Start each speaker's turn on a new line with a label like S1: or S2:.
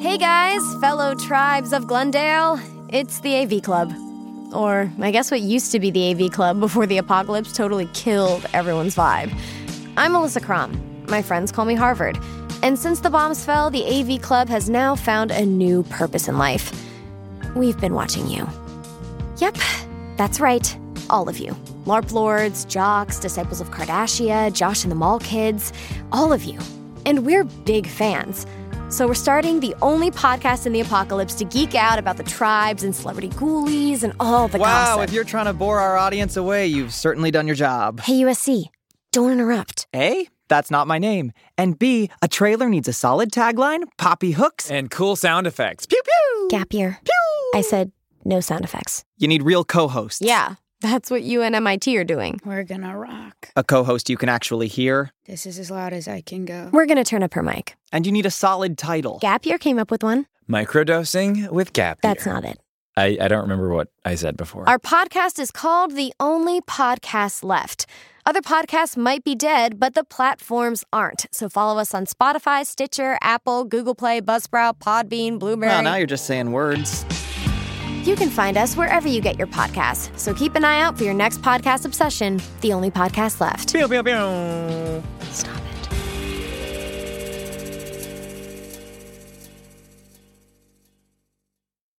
S1: Hey guys, fellow tribes of Glendale. It's the AV Club. Or, I guess what used to be the AV Club before the apocalypse totally killed everyone's vibe. I'm Alyssa Crom. My friends call me Harvard. And since the bombs fell, the AV Club has now found a new purpose in life. We've been watching you. Yep, that's right. All of you. LARP lords, jocks, disciples of Kardashia, Josh and the Mall kids, all of you. And we're big fans. So we're starting the only podcast in the apocalypse to geek out about the tribes and celebrity ghoulies and all the
S2: Wow,
S1: gossip.
S2: if you're trying to bore our audience away, you've certainly done your job.
S1: hey, USC, don't interrupt.
S2: A, that's not my name. And B, a trailer needs a solid tagline, poppy hooks,
S3: and cool sound effects.
S2: pew pew.
S1: Gap year.
S2: pew.
S1: I said no sound effects.
S2: You need real co hosts.
S1: Yeah, that's what you and MIT are doing.
S4: We're gonna rock.
S2: A co host you can actually hear.
S4: This is as loud as I can go.
S1: We're going to turn up her mic.
S2: And you need a solid title.
S1: Gap year came up with one.
S3: Microdosing with Gap.
S1: That's
S3: year.
S1: not it.
S3: I, I don't remember what I said before.
S1: Our podcast is called The Only Podcast Left. Other podcasts might be dead, but the platforms aren't. So follow us on Spotify, Stitcher, Apple, Google Play, Buzzsprout, Podbean, Blueberry.
S2: Well, now you're just saying words.
S1: You can find us wherever you get your podcasts. So keep an eye out for your next podcast obsession, The Only Podcast Left.
S3: Pew, pew, pew.
S1: Stop it.